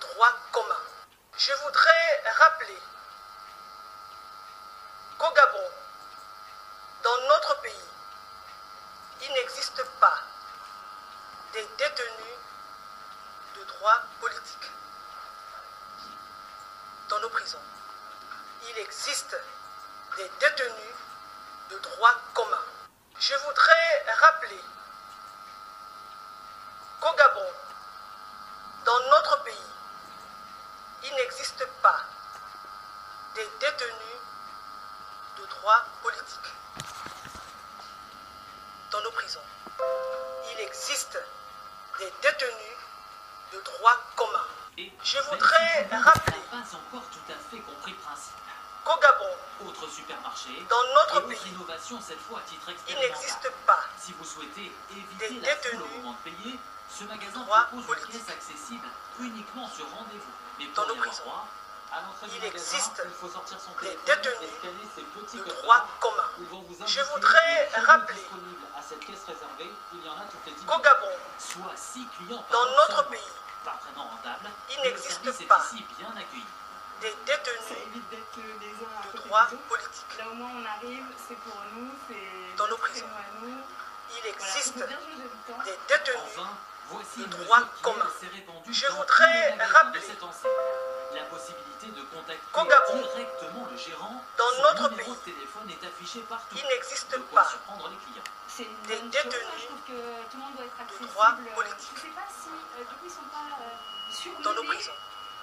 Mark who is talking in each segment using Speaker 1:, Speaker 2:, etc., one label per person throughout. Speaker 1: droit commun. Je voudrais rappeler qu'au Gabon, dans notre pays, il n'existe pas des détenus de droit politique dans nos prisons. Il existe des détenus de droit commun. Je voudrais rappeler qu'au Gabon, dans notre pays, il n'existe pas des détenus de droit politique dans nos prisons. Il existe des détenus de droit commun.
Speaker 2: Et
Speaker 1: Je voudrais
Speaker 2: même si tout le monde
Speaker 1: rappeler-
Speaker 2: n'a pas encore tout à fait compris le principe.
Speaker 1: Qu'au Gabon,
Speaker 2: Autre supermarché.
Speaker 1: dans notre
Speaker 2: et autre
Speaker 1: pays,
Speaker 2: innovation cette fois à titre
Speaker 1: il
Speaker 2: expérimental.
Speaker 1: n'existe pas
Speaker 2: Si vous souhaitez
Speaker 1: Des
Speaker 2: éviter la foule au
Speaker 1: détenus
Speaker 2: moment de payer, ce magasin
Speaker 1: droits
Speaker 2: propose une
Speaker 1: politiques.
Speaker 2: caisse accessible uniquement sur rendez-vous. Mais
Speaker 1: Dans
Speaker 2: pour
Speaker 1: nos
Speaker 2: y avoir
Speaker 1: prisons,
Speaker 2: droit, à l'entrée du
Speaker 1: il
Speaker 2: magasin,
Speaker 1: existe
Speaker 2: il faut sortir son
Speaker 1: des
Speaker 2: téléphone,
Speaker 1: détenus
Speaker 2: escaler ses petits
Speaker 1: de
Speaker 2: copains.
Speaker 1: droit commun.
Speaker 2: Ils vont vous
Speaker 1: Je
Speaker 2: indiquer
Speaker 1: voudrais
Speaker 2: les créneaux
Speaker 1: rappeler
Speaker 2: disponibles à cette caisse réservée. Il y en a toutes les 10
Speaker 1: Qu'au
Speaker 2: minutes.
Speaker 1: Gabon,
Speaker 2: Soit 6 clients par
Speaker 1: dans
Speaker 2: heure
Speaker 1: notre
Speaker 2: seulement.
Speaker 1: pays,
Speaker 2: Pas vraiment rentable,
Speaker 1: Il
Speaker 2: mais le
Speaker 1: n'existe
Speaker 2: service est
Speaker 1: pas.
Speaker 2: ici bien accueilli.
Speaker 1: des
Speaker 3: Ça
Speaker 1: détenus
Speaker 3: évite d'être euh, des uns à
Speaker 1: de
Speaker 3: côté
Speaker 1: droit
Speaker 3: des autres.
Speaker 1: politique.
Speaker 3: Là au moins on arrive, c'est pour nous, c'est
Speaker 1: Dans nos
Speaker 3: c'est
Speaker 1: prisons.
Speaker 3: à nous.
Speaker 1: Il
Speaker 3: Voilà,
Speaker 1: existe
Speaker 3: faut bien jauger le temps.
Speaker 1: des détenus
Speaker 2: Enfin, voici
Speaker 1: Le
Speaker 2: une
Speaker 1: droit
Speaker 2: mesure qui,
Speaker 1: commun.
Speaker 2: elle, s'est répandue
Speaker 1: Je
Speaker 2: dans
Speaker 1: voudrais
Speaker 2: tous les magasins de
Speaker 1: rappeler
Speaker 2: cette enseigne. la possibilité de
Speaker 1: qu'au
Speaker 2: contacter
Speaker 1: Gabon,
Speaker 2: directement le gérant.
Speaker 1: dans
Speaker 2: Son
Speaker 1: notre
Speaker 2: numéro
Speaker 1: pays.
Speaker 2: de téléphone est affiché partout.
Speaker 1: Il
Speaker 2: De
Speaker 1: n'existe
Speaker 2: quoi
Speaker 1: pas
Speaker 2: surprendre les clients.
Speaker 4: C'est une
Speaker 1: Des
Speaker 4: bonne chose.
Speaker 3: hein,
Speaker 1: détenus
Speaker 4: Je trouve que tout le monde doit être accessible.
Speaker 1: droit
Speaker 4: Euh,
Speaker 1: politique.
Speaker 4: Je ne sais pas si, euh, du coup, ils sont pas euh, surmenés.
Speaker 1: dans nos prisons.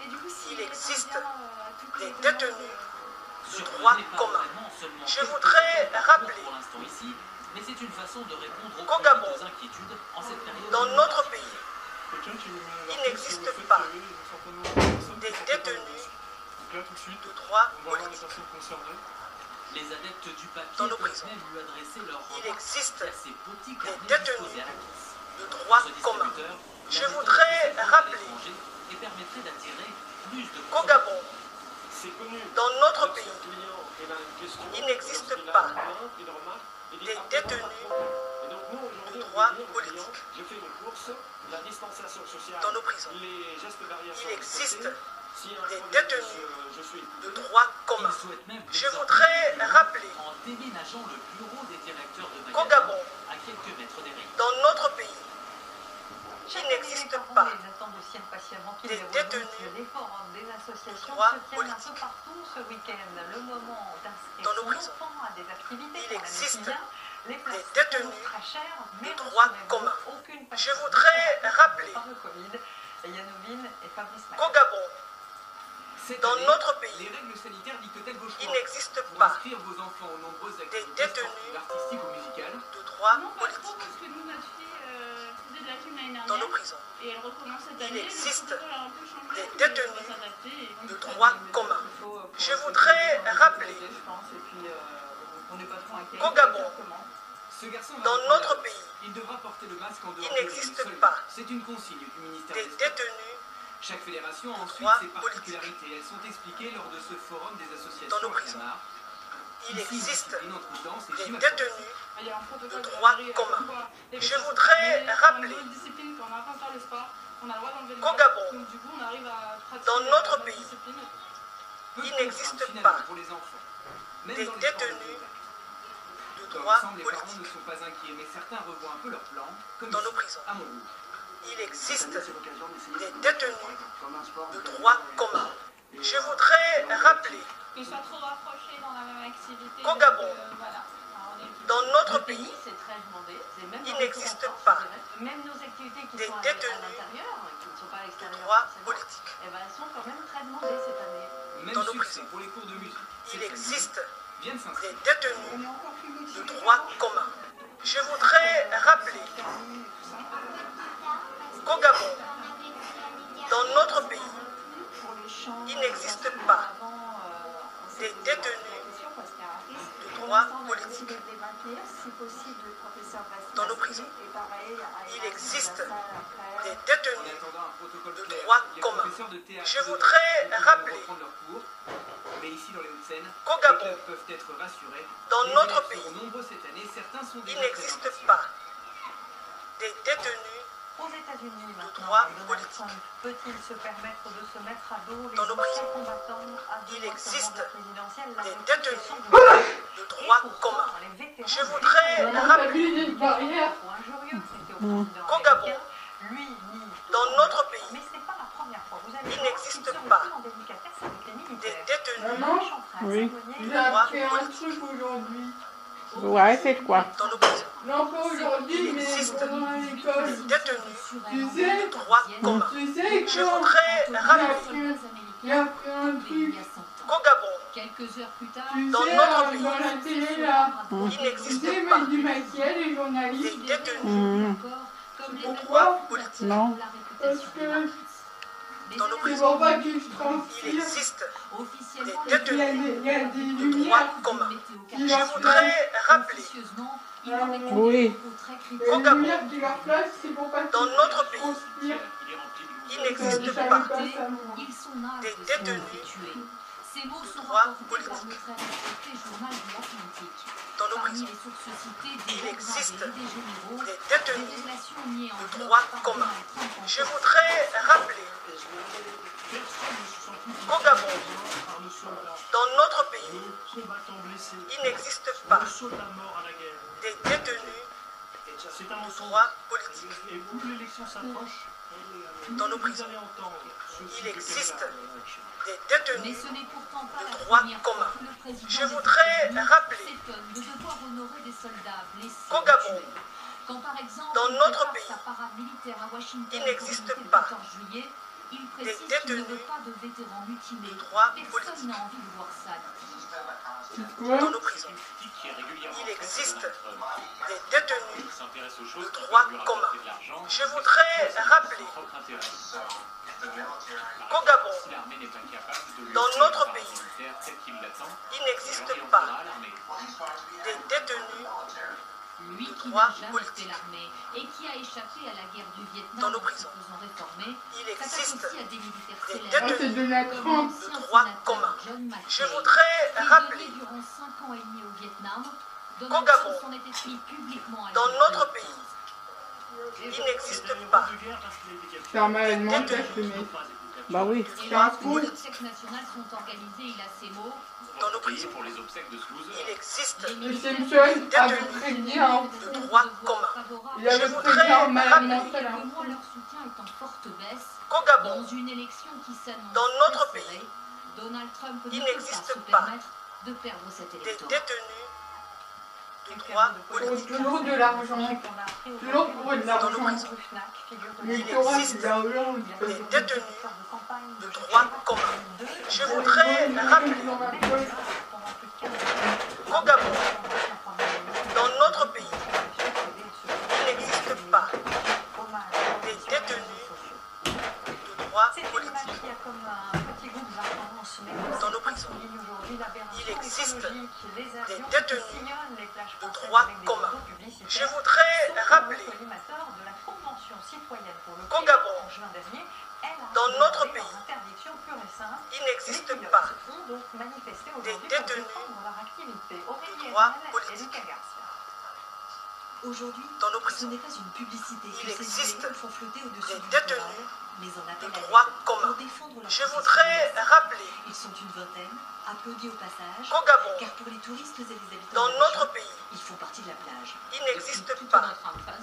Speaker 4: Et du coup, si
Speaker 1: Il
Speaker 4: les
Speaker 1: existe
Speaker 4: Indiens, euh, toutes
Speaker 1: des
Speaker 4: les demandes,
Speaker 1: détenus
Speaker 4: euh,
Speaker 1: Le
Speaker 2: Surprenez
Speaker 1: droit
Speaker 2: pas
Speaker 1: commun.
Speaker 2: vraiment seulement
Speaker 1: Je
Speaker 2: quelques
Speaker 1: voudrais
Speaker 2: clients par
Speaker 1: rappeler
Speaker 2: jour pour l'instant ici, mais c'est une façon de répondre aux,
Speaker 1: qu'au
Speaker 2: plus vives
Speaker 1: Gabon,
Speaker 2: inquiétudes en cette période.
Speaker 1: Dans
Speaker 2: de
Speaker 1: notre
Speaker 2: pandémie.
Speaker 1: pays,
Speaker 5: Quelqu'un qui me l'a
Speaker 1: Il
Speaker 5: rappelé,
Speaker 1: n'existe
Speaker 5: sur le fait
Speaker 1: pas
Speaker 5: qu'il y avait un certain nombre de personnes
Speaker 1: des
Speaker 5: qui sortaient pas de
Speaker 1: détenus
Speaker 5: bus. Donc là, tout de suite,
Speaker 1: de droit
Speaker 5: on va voir les
Speaker 1: politique.
Speaker 5: personnes concernées.
Speaker 2: Les adeptes du papier
Speaker 1: Dans nos
Speaker 2: peuvent
Speaker 1: prisons.
Speaker 2: même lui adresser leur
Speaker 1: Il
Speaker 2: remarque
Speaker 1: existe
Speaker 2: via ces petits carnets
Speaker 1: détenus
Speaker 2: disposés à la caisse.
Speaker 1: de droit
Speaker 2: Ce
Speaker 1: commun.
Speaker 2: distributeur,
Speaker 1: Je
Speaker 2: la méthode
Speaker 1: voudrais
Speaker 2: de sécurité
Speaker 1: rappeler
Speaker 2: à l'étranger et permettrait d'attirer plus de
Speaker 1: Qu'au
Speaker 2: consommateurs.
Speaker 1: Gabon,
Speaker 5: C'est connu.
Speaker 1: dans notre
Speaker 5: Lorsqu'un
Speaker 1: pays,
Speaker 5: client, il a une question,
Speaker 1: il n'existe
Speaker 5: lorsqu'il a
Speaker 1: pas
Speaker 5: un problème, il remarque, il dit,
Speaker 1: des
Speaker 5: Ah, bon,
Speaker 1: détenus
Speaker 5: bon. Et donc, nous,
Speaker 1: de
Speaker 5: aujourd'hui, on
Speaker 1: droit
Speaker 5: peut dire aux clients,
Speaker 1: politique.
Speaker 5: J'ai fait une course, la distanciation sociale,
Speaker 1: dans nos prisons.
Speaker 5: les gestes
Speaker 1: Il
Speaker 5: barrières sont
Speaker 1: existe
Speaker 5: respectés. S'il y a un
Speaker 1: des
Speaker 5: problème,
Speaker 1: détenus
Speaker 5: je, je suis
Speaker 1: de droit commun.
Speaker 2: Ils souhaitent même
Speaker 1: Je
Speaker 2: désormais
Speaker 1: voudrais
Speaker 2: plus loin
Speaker 1: rappeler
Speaker 2: en déménageant le bureau des directeurs de
Speaker 1: Qu'au
Speaker 2: magasins
Speaker 1: Gabon,
Speaker 2: à quelques mètres des rayons.
Speaker 1: dans notre pays,
Speaker 6: Chaque
Speaker 1: Il n'existe
Speaker 6: année, les parents
Speaker 1: pas
Speaker 6: les attendent aussi impatiemment qu'ils
Speaker 1: des
Speaker 6: les
Speaker 1: détenus
Speaker 6: redoutent. L'effort des associations
Speaker 1: droits
Speaker 6: se tiennent un peu
Speaker 1: politiques.
Speaker 6: partout ce week-end. Le moment d'inscrire
Speaker 1: Dans nos
Speaker 6: son
Speaker 1: prisons.
Speaker 6: enfant à des activités
Speaker 1: Il
Speaker 6: pour l'année
Speaker 1: existe
Speaker 6: qui vient. Les places sont
Speaker 1: détenus
Speaker 6: très chères, mais
Speaker 1: droits
Speaker 6: rassurez-vous,
Speaker 1: communs.
Speaker 6: Aucune
Speaker 1: Je
Speaker 6: personne
Speaker 1: voudrais
Speaker 6: n'est
Speaker 1: rappeler
Speaker 6: par le Covid. Et Yannoubil et Fabrice
Speaker 1: qu'au
Speaker 6: Macron.
Speaker 1: Gabon,
Speaker 7: Cette
Speaker 1: dans
Speaker 7: année,
Speaker 1: notre pays,
Speaker 7: les règles sanitaires dictent-elles vos
Speaker 1: il
Speaker 7: choix
Speaker 1: n'existe
Speaker 7: Pour
Speaker 1: pas
Speaker 7: inscrire vos enfants aux nombreuses activités
Speaker 1: détenus.
Speaker 7: sportives, artistiques ou musicales,
Speaker 1: de droit
Speaker 3: Non, pas trop,
Speaker 1: politique
Speaker 3: parce que nous, notre fille euh, faisait de la gym l'année
Speaker 1: dans nos
Speaker 3: dernière
Speaker 1: prisons.
Speaker 3: et elle recommence cette
Speaker 1: Il
Speaker 3: année. donc
Speaker 1: existe
Speaker 3: le protocole a un peu
Speaker 1: des
Speaker 3: changé, mais on va
Speaker 1: détenus
Speaker 3: s'adapter et puis
Speaker 1: de
Speaker 3: faire
Speaker 1: droit
Speaker 3: des mesures
Speaker 1: commun.
Speaker 3: qu'il faut, euh, pour
Speaker 1: Je
Speaker 3: respecter
Speaker 1: voudrais
Speaker 3: les gens en
Speaker 1: rappeler
Speaker 3: sécurité, je pense, et puis, euh, on n'est pas trop inquiets.
Speaker 1: Qu'au Gabon,
Speaker 3: Exactement.
Speaker 7: ce garçon va
Speaker 1: Dans
Speaker 7: apprendre.
Speaker 1: notre pays,
Speaker 7: Il devra porter le masque en dehors
Speaker 1: Il
Speaker 7: de la
Speaker 1: n'existe
Speaker 7: rue seulement.
Speaker 1: pas.
Speaker 7: C'est une consigne du ministère
Speaker 1: des
Speaker 7: des Sports.
Speaker 1: détenus
Speaker 7: Chaque fédération a ensuite
Speaker 1: droits
Speaker 7: ses particularités. Elles sont expliquées lors de ce forum des associations
Speaker 1: Dans nos
Speaker 7: à
Speaker 1: prisons.
Speaker 7: Clamart.
Speaker 1: il
Speaker 7: Ici,
Speaker 1: existe
Speaker 7: discipline, imprudence et
Speaker 1: des
Speaker 7: gym à
Speaker 1: détenus
Speaker 3: Il y a un protocole
Speaker 1: de
Speaker 3: la
Speaker 1: droit
Speaker 3: mairie, euh,
Speaker 1: commun.
Speaker 3: comme quoi, les
Speaker 1: Je
Speaker 3: personnes
Speaker 1: voudrais
Speaker 3: concernées,
Speaker 1: rappeler
Speaker 3: dans une discipline, quand on n'a pas faire le sport, on a le droit d'enlever le
Speaker 1: qu'au
Speaker 3: masque.
Speaker 1: Gabon,
Speaker 3: Donc, du coup, on arrive à pratiquer
Speaker 1: dans
Speaker 3: la-
Speaker 1: notre
Speaker 3: notre
Speaker 1: pays,
Speaker 7: Peu
Speaker 3: discipline.
Speaker 7: de
Speaker 1: Il
Speaker 7: contraintes,
Speaker 1: n'existe
Speaker 7: finalement,
Speaker 1: pas
Speaker 7: pour les enfants. Même
Speaker 1: des
Speaker 7: dans les sports de
Speaker 1: détenus
Speaker 7: contact.
Speaker 1: de
Speaker 7: Dans
Speaker 1: droit
Speaker 7: l'ensemble, les parents ne
Speaker 1: politique
Speaker 7: sont pas inquiets, mais certains revoient un peu leur plan, comme
Speaker 1: dans
Speaker 7: ici,
Speaker 1: nos prisons.
Speaker 7: à Montrouge.
Speaker 1: Il existe
Speaker 8: Cette année, c'est l'occasion d'essayer
Speaker 1: des
Speaker 8: de-
Speaker 1: détenus
Speaker 8: comme un sport,
Speaker 1: de
Speaker 8: on peut-
Speaker 1: droit commun.
Speaker 8: et,
Speaker 1: Je
Speaker 8: euh,
Speaker 1: voudrais rappeler
Speaker 3: Ne soit trop rapprochés dans la même activité.
Speaker 1: Qu'au
Speaker 3: donc,
Speaker 1: Gabon,
Speaker 3: euh, voilà. Alors, on est-
Speaker 1: dans
Speaker 6: Le
Speaker 1: notre
Speaker 6: pays,
Speaker 1: pays,
Speaker 6: c'est très demandé. C'est même
Speaker 1: Il
Speaker 6: dans les
Speaker 1: n'existe
Speaker 6: transports,
Speaker 1: pas
Speaker 6: je dirais. Même nos activités qui
Speaker 1: des
Speaker 6: sont à- à
Speaker 1: détenus
Speaker 6: l'intérieur, hein, qui ne sont pas à
Speaker 1: de
Speaker 6: l'extérieur,
Speaker 1: droit
Speaker 6: forcément,
Speaker 1: politique.
Speaker 6: eh ben, elles sont quand même très demandées cette année.
Speaker 7: Même
Speaker 1: Dans nos
Speaker 7: succès
Speaker 1: prisons.
Speaker 7: pour les cours de musique.
Speaker 1: Il
Speaker 7: Ces
Speaker 1: existe
Speaker 7: familles Viennent
Speaker 1: des
Speaker 7: s'inscrire.
Speaker 3: On
Speaker 1: détenus
Speaker 3: est encore plus
Speaker 1: de
Speaker 3: motivés.
Speaker 1: droit commun. Je voudrais rappeler qu'au Gabon, dans notre pays,
Speaker 6: Pour les champs,
Speaker 1: Il n'existe
Speaker 6: euh,
Speaker 1: pas
Speaker 6: avant, euh, on s'est
Speaker 1: des
Speaker 6: posé la
Speaker 1: détenus
Speaker 6: question parce qu'il y a un risque.
Speaker 1: de
Speaker 6: Pour
Speaker 1: droit
Speaker 6: l'instant, on a
Speaker 1: politique.
Speaker 6: décidé de les maintenir, si possible, le professeur va se
Speaker 1: Dans nos
Speaker 6: masquer,
Speaker 1: prisons.
Speaker 6: et pareil, à-
Speaker 1: Il
Speaker 6: à- à-
Speaker 1: existe
Speaker 6: à la salle après.
Speaker 1: des
Speaker 7: En
Speaker 1: détenus
Speaker 7: attendant un protocole
Speaker 1: de
Speaker 7: clair,
Speaker 1: droit
Speaker 7: les
Speaker 1: commun.
Speaker 7: professeurs de théâtre
Speaker 1: Je
Speaker 7: devront
Speaker 1: voudrais
Speaker 7: continuer de
Speaker 1: rappeler
Speaker 7: reprendre leurs cours, mais ici dans les Hauts-de-Seine,
Speaker 1: qu'au
Speaker 7: les
Speaker 1: Gabon,
Speaker 7: clubs peuvent être rassurés.
Speaker 1: dans
Speaker 7: Les
Speaker 1: notre
Speaker 7: élèves
Speaker 1: pays,
Speaker 7: seront nombreux cette année, certains sont
Speaker 1: il
Speaker 7: déjà très
Speaker 1: n'existe
Speaker 7: impatients.
Speaker 1: pas des détenus
Speaker 8: Aux États-Unis maintenant,
Speaker 1: droit
Speaker 8: Donald
Speaker 1: politique.
Speaker 8: Trump peut-il se permettre de se mettre à dos les
Speaker 1: Dans nos
Speaker 8: anciens
Speaker 1: prisons,
Speaker 8: combattants à
Speaker 1: il
Speaker 8: devant ce
Speaker 1: existe
Speaker 8: mandat présidentiel, la
Speaker 1: des
Speaker 8: reconstruction
Speaker 1: détenus
Speaker 8: du
Speaker 1: de
Speaker 8: pays. Et
Speaker 1: droit
Speaker 8: pourtant,
Speaker 1: commun.
Speaker 8: les vétérans
Speaker 1: Je
Speaker 8: des
Speaker 1: voudrais
Speaker 8: combats
Speaker 3: On n'a
Speaker 1: rappeler-
Speaker 3: pas vu une barrière.
Speaker 8: trop injurieux, c'était au
Speaker 9: Mmh.
Speaker 8: président
Speaker 1: Qu'au Gabon,
Speaker 8: américain. Lui, ni-
Speaker 1: dans notre pays,
Speaker 8: Mais c'est pas la première fois. Vous allez
Speaker 1: il
Speaker 8: voir,
Speaker 1: n'existe
Speaker 8: serait
Speaker 1: pas
Speaker 8: plus en délicatesse avec les
Speaker 1: des
Speaker 8: militaires.
Speaker 1: détenus
Speaker 8: Ils sont en train de
Speaker 9: Oui.
Speaker 8: s'éloigner
Speaker 1: Il
Speaker 8: de
Speaker 1: a
Speaker 8: la
Speaker 1: droit
Speaker 9: fait un
Speaker 1: politique.
Speaker 9: truc aujourd'hui.
Speaker 8: Vous
Speaker 9: Ouais, c'est quoi
Speaker 1: dans nos prisons
Speaker 9: Non, pas aujourd'hui, mais pendant l'école.
Speaker 1: des détenus
Speaker 9: Tu sais,
Speaker 1: de droit commun.
Speaker 9: tu sais
Speaker 1: Je
Speaker 9: quoi
Speaker 1: voudrais rappeler
Speaker 9: J'ai appris un truc.
Speaker 1: qu'au Gabon,
Speaker 3: Quelques heures plus tard,
Speaker 9: Tu
Speaker 1: Dans
Speaker 9: sais,
Speaker 1: notre
Speaker 9: euh,
Speaker 1: pays.
Speaker 9: dans la télé là.
Speaker 1: il
Speaker 9: Tu sais,
Speaker 1: n'existe pas
Speaker 9: mais du maquillage, les
Speaker 1: des
Speaker 9: journalistes.
Speaker 1: détenus
Speaker 9: Mmh. Pourquoi
Speaker 1: politiques.
Speaker 9: Non. Parce que
Speaker 1: Dans nos
Speaker 9: c'est
Speaker 1: prisons,
Speaker 9: pour pas que je
Speaker 1: il
Speaker 9: transpire.
Speaker 1: existe des
Speaker 9: Et qu'il y a
Speaker 1: détenus
Speaker 9: des- il y a des
Speaker 1: de
Speaker 9: lumières.
Speaker 1: droit commun.
Speaker 9: qui
Speaker 1: Je
Speaker 9: leur
Speaker 1: voudrais rappeler
Speaker 9: Oui. Les lumières qui leur flashent, c'est pour pas
Speaker 1: Dans
Speaker 9: qu'ils
Speaker 1: notre pays,
Speaker 9: transpirent.
Speaker 2: Il est
Speaker 1: il
Speaker 2: rempli de
Speaker 9: Euh, Je
Speaker 1: n'existe
Speaker 9: savais
Speaker 1: pas
Speaker 9: ça, moi.
Speaker 1: des détenus
Speaker 8: Ces mots
Speaker 1: de
Speaker 8: sont
Speaker 1: droit
Speaker 8: rapportés par
Speaker 1: politique.
Speaker 8: notre respecté journal de l'Atlantique.
Speaker 1: dans nos
Speaker 8: Parmi
Speaker 1: prisons.
Speaker 8: les sources citées, des
Speaker 1: Il
Speaker 8: lois
Speaker 1: existe
Speaker 8: des idées généraux,
Speaker 1: Des
Speaker 8: des
Speaker 1: détenus
Speaker 8: législations niées en
Speaker 1: de
Speaker 8: bloc
Speaker 1: droit
Speaker 8: par
Speaker 1: commun.
Speaker 8: Donald Trump en
Speaker 1: Je voudrais rappeler
Speaker 5: Personne ne se sent plus
Speaker 1: qu'au Gabon,
Speaker 5: concerné par le soldat.
Speaker 1: dans notre pays,
Speaker 5: Nos combattants blessés.
Speaker 1: il n'existe pas
Speaker 5: Nos soldats morts à la guerre.
Speaker 1: des détenus
Speaker 5: C'est un
Speaker 1: de
Speaker 5: mensonge.
Speaker 1: droit politique.
Speaker 5: Et vous, l'élection s'approche.
Speaker 1: Dans nos
Speaker 5: Vous
Speaker 1: prisons,
Speaker 5: allez entendre ce
Speaker 1: Il
Speaker 5: qui est
Speaker 1: existe.
Speaker 5: déclaré.
Speaker 1: des
Speaker 8: Mais
Speaker 1: détenus
Speaker 8: ce n'est pourtant pas
Speaker 1: Le
Speaker 8: la
Speaker 1: droit
Speaker 8: première fois
Speaker 1: commun.
Speaker 8: que le président
Speaker 1: Je
Speaker 8: des
Speaker 1: voudrais
Speaker 8: États-Unis
Speaker 1: rappeler
Speaker 8: s'étonne de devoir honorer des soldats blessés
Speaker 1: qu'au
Speaker 8: ou
Speaker 1: Gabon,
Speaker 8: tués. Quand, par exemple,
Speaker 1: dans
Speaker 8: il
Speaker 1: notre
Speaker 8: prépare
Speaker 1: pays,
Speaker 8: sa parade militaire à Washington
Speaker 1: il
Speaker 8: pour
Speaker 1: n'existe
Speaker 8: éviter le
Speaker 1: pas
Speaker 8: 14 juillet, il précise qu'il n'y
Speaker 1: détenus
Speaker 8: aura pas de vétérans mutilés.
Speaker 1: droit politique.
Speaker 8: Personne n'a envie de voir ça.
Speaker 1: dans
Speaker 9: Quoi
Speaker 1: nos prisons.
Speaker 2: qui est régulièrement
Speaker 1: Il existe.
Speaker 2: faite par Donald Trump.
Speaker 1: des détenus.
Speaker 2: Il s'intéresse aux choses
Speaker 1: Le
Speaker 2: qui
Speaker 1: droit
Speaker 2: peuvent lui rapporter
Speaker 1: commun.
Speaker 2: de l'argent.
Speaker 1: Je voudrais
Speaker 2: C'est
Speaker 1: rappeler
Speaker 2: son propre intérêt. Par
Speaker 1: qu'au
Speaker 2: exemple,
Speaker 1: Gabon,
Speaker 2: si l'armée n'est pas capable de lui
Speaker 1: dans
Speaker 2: offrir une
Speaker 1: notre
Speaker 2: parade
Speaker 1: pays,
Speaker 2: militaire telle qu'il l'attend,
Speaker 1: il
Speaker 2: alors
Speaker 1: n'existe
Speaker 2: il
Speaker 1: pas
Speaker 2: ordonnera à l'armée.
Speaker 1: des détenus
Speaker 8: Lui
Speaker 1: Le
Speaker 8: qui
Speaker 1: droit
Speaker 8: n'a jamais
Speaker 1: politique.
Speaker 8: fait l'armée et qui a échappé à la guerre du Vietnam
Speaker 1: Dans nos
Speaker 8: en
Speaker 1: prisons.
Speaker 8: se faisant réformer,
Speaker 1: Il
Speaker 8: s'attaque
Speaker 1: existe.
Speaker 8: aussi à des militaires
Speaker 1: des
Speaker 8: célèbres.
Speaker 9: Ah, c'est Donald
Speaker 8: comme
Speaker 9: Trump.
Speaker 8: l'ancien
Speaker 1: Le droit
Speaker 8: sénateur
Speaker 1: commun. Je
Speaker 8: John McCain.
Speaker 1: voudrais
Speaker 8: Prisonnier
Speaker 1: rappeler
Speaker 8: durant 5 ans et demi au Vietnam,
Speaker 1: Qu'au
Speaker 8: Donald
Speaker 1: Gabon,
Speaker 8: Trump s'en était pris publiquement à
Speaker 1: dans
Speaker 8: l'île
Speaker 1: notre
Speaker 8: de
Speaker 1: pays,
Speaker 8: Saint-Pierre.
Speaker 1: il
Speaker 5: C'est
Speaker 1: n'existe
Speaker 5: un héros
Speaker 1: pas
Speaker 5: de guerre parce qu'il a été capturé.
Speaker 9: C'est un malade
Speaker 1: Des
Speaker 9: mental, ce
Speaker 5: Je ne
Speaker 9: mec.
Speaker 5: peux pas être capturé.
Speaker 9: Bah oui.
Speaker 8: Et
Speaker 9: C'est un
Speaker 8: lorsque
Speaker 9: fou.
Speaker 8: les obsèques nationales sont organisées, il a ces mots.
Speaker 1: dans nos
Speaker 2: Repayer
Speaker 1: prisons.
Speaker 2: pour les obsèques de ce loser.
Speaker 1: Il existe
Speaker 8: Les
Speaker 9: Le
Speaker 8: militaires
Speaker 9: Simpson
Speaker 1: a
Speaker 9: avait prédit un
Speaker 1: le
Speaker 9: fou.
Speaker 1: droit commun.
Speaker 8: favorables.
Speaker 9: hein. Il avait
Speaker 1: Je
Speaker 9: prédit un
Speaker 1: voudrais
Speaker 9: malade
Speaker 1: rappeler
Speaker 9: mental.
Speaker 8: Quelques
Speaker 9: un fou.
Speaker 8: mois, leur soutien est en forte baisse.
Speaker 1: qu'au Gabon,
Speaker 8: Dans une élection qui s'annonce
Speaker 1: Ah Dans notre
Speaker 8: très serrée, Donald Trump ne
Speaker 1: il
Speaker 8: peut pas
Speaker 1: n'existe
Speaker 8: se
Speaker 1: pas
Speaker 8: permettre de perdre cet
Speaker 1: des
Speaker 8: électorat.
Speaker 1: détenus de droit
Speaker 9: Pour
Speaker 1: politique.
Speaker 9: toujours de l'argent. Toujours pour de l'argent. Les torrents, c'est de l'argent.
Speaker 1: Des détenus de droit
Speaker 8: droit
Speaker 1: commun. Je
Speaker 9: Je
Speaker 1: voudrais rappeler qu'au Gabon, dans notre pays, il n'existe pas des détenus de droit
Speaker 6: C'est une
Speaker 1: politique.
Speaker 6: image qui a comme un petit goût de vacances, mais
Speaker 1: Dans nos prisons, il
Speaker 6: il
Speaker 1: existe
Speaker 6: existe
Speaker 1: des
Speaker 6: des
Speaker 1: détenus
Speaker 6: détenus
Speaker 1: de
Speaker 6: de
Speaker 1: droit
Speaker 6: droit
Speaker 1: commun.
Speaker 6: commun.
Speaker 1: Je voudrais rappeler qu'au
Speaker 6: qu'au
Speaker 1: Gabon,
Speaker 6: dans notre pays,
Speaker 1: il
Speaker 6: il
Speaker 1: n'existe
Speaker 6: n'existe
Speaker 1: pas
Speaker 6: pas
Speaker 1: des
Speaker 6: des
Speaker 1: détenus
Speaker 6: détenus
Speaker 1: de
Speaker 6: de
Speaker 1: droit
Speaker 6: droit
Speaker 1: politique.
Speaker 6: politique.
Speaker 10: Aujourd'hui,
Speaker 1: dans nos
Speaker 10: ce
Speaker 1: prisons.
Speaker 10: n'est pas une publicité
Speaker 1: Il
Speaker 10: que ces
Speaker 1: existe
Speaker 10: idéaux font flotter au-dessus
Speaker 1: des
Speaker 10: du
Speaker 1: détenus
Speaker 10: littoral, mais en
Speaker 1: de
Speaker 10: appel à
Speaker 1: droit
Speaker 10: l'aide
Speaker 1: commun.
Speaker 10: pour défendre leur
Speaker 1: Je
Speaker 10: position.
Speaker 1: voudrais rappeler
Speaker 10: Ils sont une vingtaine, applaudis au passage,
Speaker 1: qu'au Gabon,
Speaker 10: car pour les touristes et les habitants
Speaker 1: dans
Speaker 10: de la
Speaker 1: notre
Speaker 10: région,
Speaker 1: pays,
Speaker 10: ils font partie de la plage.
Speaker 1: il
Speaker 11: Depuis
Speaker 1: n'existe
Speaker 11: toute
Speaker 1: pas
Speaker 11: notre enfance, on a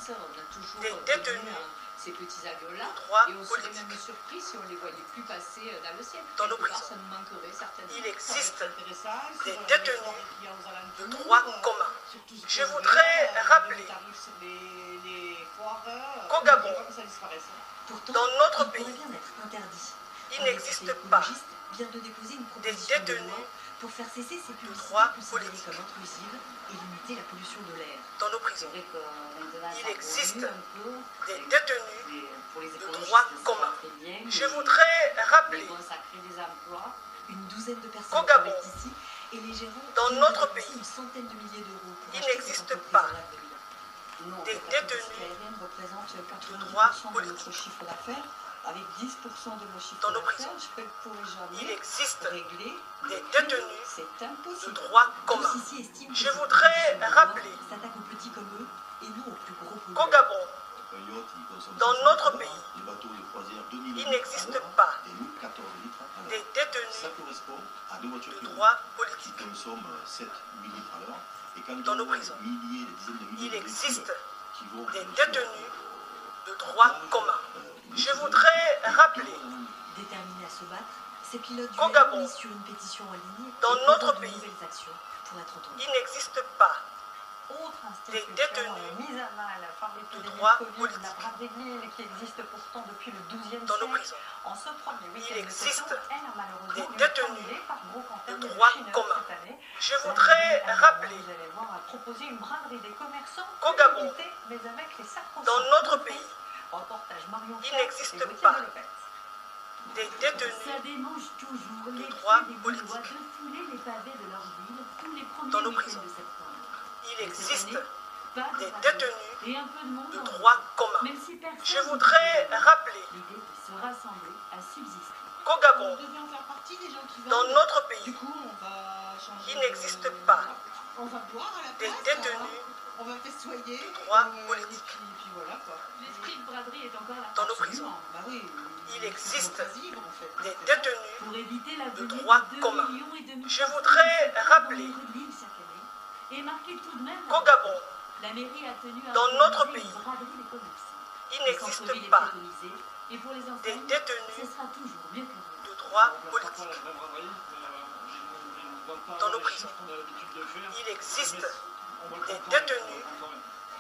Speaker 11: toujours
Speaker 1: Des
Speaker 11: connu,
Speaker 1: détenus
Speaker 11: hein, ces petits
Speaker 1: de
Speaker 11: agneaux-là.
Speaker 1: droit
Speaker 11: Et on serait
Speaker 1: politique.
Speaker 11: même surpris si on les voyait plus passer euh, dans le ciel.
Speaker 1: Dans nos
Speaker 11: Quelque part,
Speaker 1: prisons.
Speaker 11: Ça nous manquerait certainement. Ça
Speaker 1: Il
Speaker 11: aurait été
Speaker 1: existe
Speaker 11: intéressant,
Speaker 1: des
Speaker 11: sur, euh, les
Speaker 1: détenus
Speaker 11: soirées qu'il y a aux
Speaker 1: de
Speaker 11: alentours,
Speaker 1: droit
Speaker 11: euh,
Speaker 1: commun.
Speaker 11: sur tout ce
Speaker 1: Je
Speaker 11: qu'on
Speaker 1: voudrais
Speaker 11: veut, euh, les
Speaker 1: rappeler
Speaker 11: tarifs, les- les foires, euh,
Speaker 1: qu'au
Speaker 11: on
Speaker 1: Gabon,
Speaker 11: aimerait que ça disparaisse.
Speaker 10: Pourtant,
Speaker 1: Dans notre
Speaker 10: il pourrait
Speaker 1: pays,
Speaker 10: bien être interdit.
Speaker 1: il
Speaker 10: Un
Speaker 1: n'existe
Speaker 10: député
Speaker 1: pas
Speaker 10: écologiste vient de déposer une
Speaker 1: des
Speaker 10: proposition de
Speaker 1: détenus
Speaker 10: loi pour faire cesser ces publicités
Speaker 1: droit
Speaker 10: considérées
Speaker 1: politique.
Speaker 10: comme intrusives et limiter la pollution de l'air.
Speaker 1: dans nos
Speaker 11: C'est
Speaker 1: prisons,
Speaker 11: vrai que, euh, maintenant, ça
Speaker 1: Il existe
Speaker 11: pollue un peu.
Speaker 1: des
Speaker 11: Et
Speaker 1: détenus
Speaker 11: pour les- pour les
Speaker 1: de
Speaker 11: écologistes,
Speaker 1: droit
Speaker 11: c'est pas
Speaker 1: commun.
Speaker 11: très bien,
Speaker 1: Je
Speaker 11: mais-
Speaker 1: voudrais
Speaker 11: mais
Speaker 1: rappeler
Speaker 11: bon, ça crée des emplois.
Speaker 10: Une douzaine de personnes
Speaker 1: Gabon,
Speaker 10: travaillent ici et les gérants
Speaker 1: dans
Speaker 10: viennent
Speaker 1: notre
Speaker 10: dépenser
Speaker 1: pays,
Speaker 10: une centaine de milliers d'euros pour
Speaker 1: il
Speaker 10: acheter cette
Speaker 1: n'existe
Speaker 10: entreprise en
Speaker 1: pas
Speaker 10: rade de Milan.
Speaker 11: Non,
Speaker 1: des
Speaker 11: c'est pas
Speaker 1: détenus
Speaker 10: L'aérienne représente 90%
Speaker 1: droit
Speaker 10: de
Speaker 1: politique.
Speaker 10: notre chiffre d'affaires, avec 10% de mon chiffre
Speaker 1: Dans nos
Speaker 10: d'affaires, je peux pour les
Speaker 1: il
Speaker 10: jamais
Speaker 1: existe
Speaker 10: régler.
Speaker 1: des
Speaker 10: les
Speaker 1: détenus
Speaker 10: crimes, C'est
Speaker 1: de
Speaker 10: impossible.
Speaker 1: droit commun.
Speaker 10: Tous ici estiment que
Speaker 1: Je
Speaker 10: cette
Speaker 1: voudrais
Speaker 10: proposition de loi
Speaker 1: rappeler
Speaker 10: s'attaque aux petits comme eux et non aux plus gros
Speaker 1: qu'au
Speaker 10: pollueurs.
Speaker 1: Gabon,
Speaker 5: Il
Speaker 1: Dans notre pays, il n'existe pas des détenus de droit politique. Dans nos prisons, il existe des détenus de droit commun. Je voudrais rappeler
Speaker 3: Déterminés à se battre, ces pilotes du
Speaker 1: Au
Speaker 3: LRU
Speaker 1: Gabon,
Speaker 3: misent sur une pétition en ligne
Speaker 1: dans
Speaker 3: et
Speaker 1: notre
Speaker 3: présentent de
Speaker 1: pays,
Speaker 3: nouvelles actions pour être entendus.
Speaker 1: qu'il n'existe pas
Speaker 12: Autre
Speaker 1: Des
Speaker 12: institution
Speaker 1: détenus
Speaker 12: euh, mise à mal par
Speaker 1: de
Speaker 12: l'épidémie de
Speaker 1: droit
Speaker 12: Covid,
Speaker 1: politique.
Speaker 12: la pandémie qui existe pourtant depuis le 12e siècle.
Speaker 1: dans nos prisons
Speaker 12: En ce premier week-end de
Speaker 1: existe
Speaker 12: septembre, elle a malheureusement
Speaker 1: des
Speaker 12: été
Speaker 1: détenus
Speaker 12: annulée par groupe en termes de
Speaker 1: droit
Speaker 12: chineurs
Speaker 1: commun.
Speaker 12: cette année.
Speaker 1: Je
Speaker 12: La
Speaker 1: voudrais
Speaker 12: mairie,
Speaker 1: rappeler
Speaker 12: Vous allez voir, a proposé une braderie des commerçants.
Speaker 1: Qu'au
Speaker 12: plus
Speaker 1: Gabon,
Speaker 12: limitée, mais avec les sacro-saints
Speaker 1: dans notre
Speaker 12: conseils.
Speaker 1: pays,
Speaker 12: Reportage Marion
Speaker 1: il
Speaker 12: Claire et
Speaker 1: n'existe
Speaker 12: Gauthier
Speaker 1: pas
Speaker 12: Delopez.
Speaker 1: des détenus
Speaker 6: Ça démange toujours les
Speaker 1: droit
Speaker 6: pieds des
Speaker 1: politique.
Speaker 6: Gaulois de fouler les pavés de leur ville tous les premiers
Speaker 1: Dans nos
Speaker 6: week-ends
Speaker 1: prisons.
Speaker 6: de septembre.
Speaker 1: il existe
Speaker 6: Pas de
Speaker 1: des
Speaker 6: parole.
Speaker 1: détenus
Speaker 6: et un peu de monde
Speaker 1: de
Speaker 6: en
Speaker 1: droit
Speaker 6: rue.
Speaker 1: commun.
Speaker 6: Même si personne
Speaker 1: Je voudrais rappeler
Speaker 6: l'idée de se rassembler à subsisté.
Speaker 1: qu'au
Speaker 9: On
Speaker 1: Gabon,
Speaker 9: devient faire partie des gens qui vont.
Speaker 1: dans notre
Speaker 9: Du
Speaker 1: pays,
Speaker 9: coup, on va changer.
Speaker 1: Il
Speaker 9: de-
Speaker 1: n'existe pas
Speaker 9: On va boire à la
Speaker 1: des
Speaker 9: place,
Speaker 1: détenus
Speaker 9: On va festoyer.
Speaker 1: droits
Speaker 9: euh,
Speaker 1: politiques.
Speaker 9: Et puis, et puis voilà quoi.
Speaker 6: L'esprit de braderie est encore là.
Speaker 1: dans nos prisons,
Speaker 9: Absolument. Bah oui.
Speaker 1: Il
Speaker 9: ils
Speaker 1: existe
Speaker 9: sont oisifs, en fait.
Speaker 1: des
Speaker 9: C'est ça.
Speaker 1: détenus
Speaker 6: Pour éviter la venue
Speaker 1: droit
Speaker 6: de 2
Speaker 1: commun.
Speaker 6: millions et demi
Speaker 1: Je
Speaker 6: de
Speaker 1: voudrais
Speaker 6: personnes
Speaker 1: rappeler
Speaker 6: dans les rues de l'île chaque année et marquer tout de même
Speaker 1: qu'au Gabon,
Speaker 6: la mairie a tenu à
Speaker 1: dans
Speaker 6: organiser
Speaker 1: notre
Speaker 6: une
Speaker 1: pays,
Speaker 6: braderie des commerçants.
Speaker 1: il
Speaker 6: Le centre-ville
Speaker 1: n'existe
Speaker 6: est
Speaker 1: pas
Speaker 6: préconisé et pour les
Speaker 1: des
Speaker 6: enseignes, ce
Speaker 1: détenus
Speaker 6: sera toujours mieux que rien.
Speaker 1: de droit politique. Dans
Speaker 13: Dans
Speaker 1: nos prisons. Il existe des détenus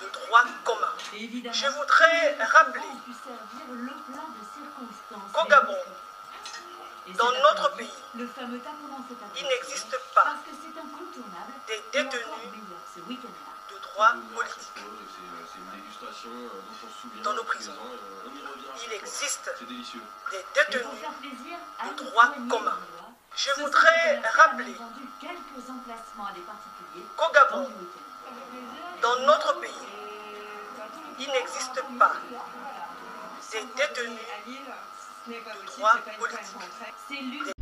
Speaker 1: de droit commun.
Speaker 6: Évidemment,
Speaker 1: Je voudrais
Speaker 6: nous
Speaker 1: rappeler
Speaker 6: avons pu servir le plat de circonstances
Speaker 1: qu'au
Speaker 6: et
Speaker 1: Gabon,
Speaker 6: notre- et
Speaker 1: dans
Speaker 6: cet
Speaker 1: notre
Speaker 6: après-midi, le fameux tapement cet
Speaker 1: Il
Speaker 6: après-midi,
Speaker 1: n'existe pas
Speaker 6: parce que c'est incontournable
Speaker 1: des
Speaker 6: et encore
Speaker 1: détenus
Speaker 6: meilleur ce week-end-là.
Speaker 1: de droit politique.
Speaker 5: C'est une dégustation dont on se souvient. euh,
Speaker 1: Dans nos tous les prisons. ans, Il existe
Speaker 5: C'est délicieux.
Speaker 1: des
Speaker 6: Et pour
Speaker 1: détenus.
Speaker 6: faire plaisir à
Speaker 1: de
Speaker 6: une
Speaker 1: droit
Speaker 6: poignée de
Speaker 1: commun.
Speaker 6: Gaulois,
Speaker 1: Je
Speaker 6: ce
Speaker 1: voudrais
Speaker 6: centre commercial a
Speaker 1: rappeler
Speaker 6: même vendu quelques emplacements à des particuliers
Speaker 1: qu'au
Speaker 6: dans
Speaker 1: Gabon,
Speaker 6: le week-end.
Speaker 1: dans notre pays, il n'existe pas
Speaker 3: Sans
Speaker 1: détenus
Speaker 3: coordonner à Lille, ce n'est pas
Speaker 1: de
Speaker 3: possible,
Speaker 1: droit
Speaker 3: c'est pas une
Speaker 1: politique.
Speaker 3: place d'entrée.
Speaker 6: C'est l'une
Speaker 1: Des
Speaker 6: des,